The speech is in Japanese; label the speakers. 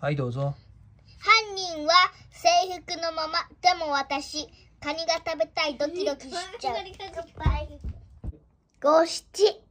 Speaker 1: はい、どうぞ。
Speaker 2: 犯人は制服のままでも私カニが食べたいドキドキしちゃう五七